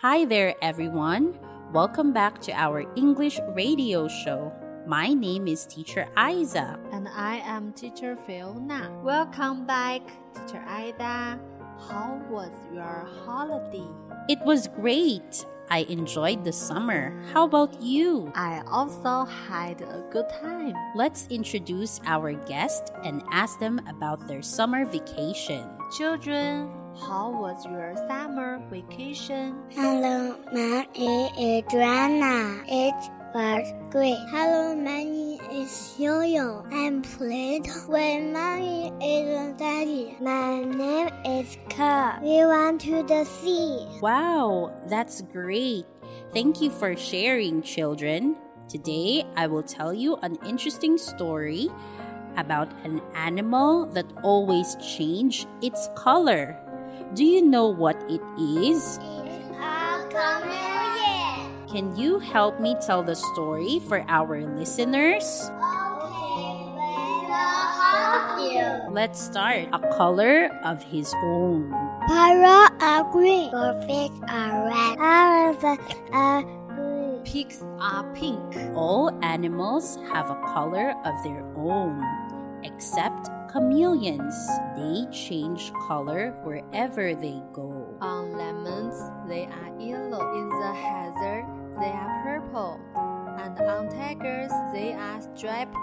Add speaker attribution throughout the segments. Speaker 1: Hi there, everyone. Welcome back to our English radio show. My name is Teacher Isa.
Speaker 2: And I am Teacher Fiona. Welcome back, Teacher Ida. How was your holiday?
Speaker 1: It was great. I enjoyed the summer. How about you?
Speaker 2: I also had a good time.
Speaker 1: Let's introduce our guest and ask them about their summer vacation.
Speaker 2: Children, how was your summer vacation?
Speaker 3: Hello, my name is Joanna. It was great. Hello, my name is Yo-Yo. I'm played with mommy and daddy. My name is Carl. We went to the sea.
Speaker 1: Wow, that's great. Thank you for sharing, children. Today, I will tell you an interesting story about an animal that always changes its color. Do you know what it is?
Speaker 3: It's a chameleon.
Speaker 1: Can you help me tell the story for our listeners?
Speaker 3: Okay, we will help you.
Speaker 1: Let's start. A color of his own.
Speaker 3: Parrots are green. Goldfish are red. Elephants are blue.
Speaker 2: Pigs are pink.
Speaker 1: All animals have a color of their own, except chameleons. They change color wherever they go.
Speaker 2: On lemons, they are yellow. In the hazard, they are purple. And on tigers, they are striped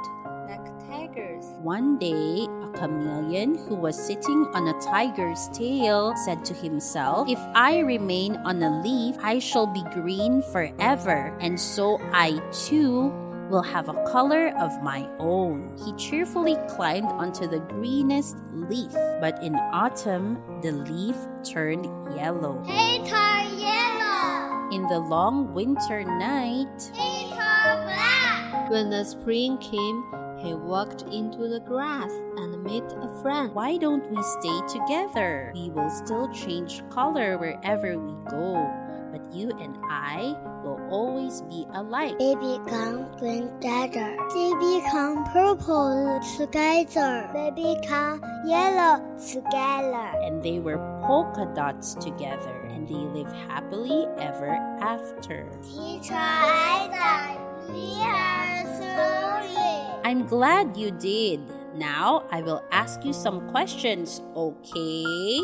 Speaker 2: like tigers.
Speaker 1: One day, a chameleon who was sitting on a tiger's tail said to himself, If I remain on a leaf, I shall be green forever, and so I too will have a color of my own. He cheerfully climbed onto the greenest leaf, but in autumn, the leaf turned yellow.
Speaker 3: Eight are yellow.
Speaker 1: In the long winter night,
Speaker 3: Eight are black.
Speaker 2: When the spring came, he walked into the grass and met a friend.
Speaker 1: Why don't we stay together? We will still change color wherever we go, but you and I will always be alike.
Speaker 3: They become green together. They become purple together. They become yellow together.
Speaker 1: And they were polka dots together, and they live happily ever after.
Speaker 3: Teacher Isaac, we are sorry.
Speaker 1: I'm glad you did. Now I will ask you some questions, okay?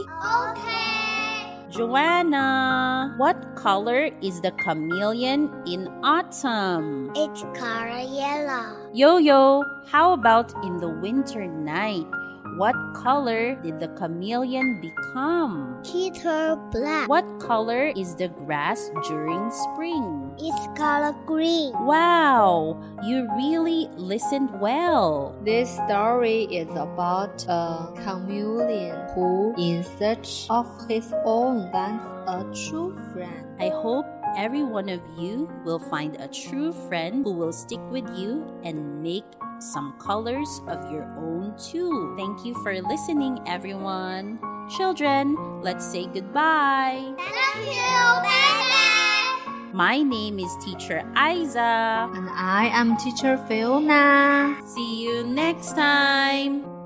Speaker 3: Okay.
Speaker 1: Joanna, what color is the chameleon in autumn?
Speaker 3: It's color yellow.
Speaker 1: Yo yo, how about in the winter night? What color did the chameleon become?
Speaker 3: Teacher black.
Speaker 1: What color is the grass during spring?
Speaker 3: It's color green.
Speaker 1: Wow, you really listened well.
Speaker 2: This story is about a chameleon who, in search of his own, finds a true friend.
Speaker 1: I hope every one of you will find a true friend who will stick with you and make some colors of your own too. Thank you for listening, everyone. Children, let's say goodbye.
Speaker 3: Thank you. Bye bye.
Speaker 1: My name is Teacher Isa.
Speaker 2: And I am teacher Fiona.
Speaker 1: See you next time.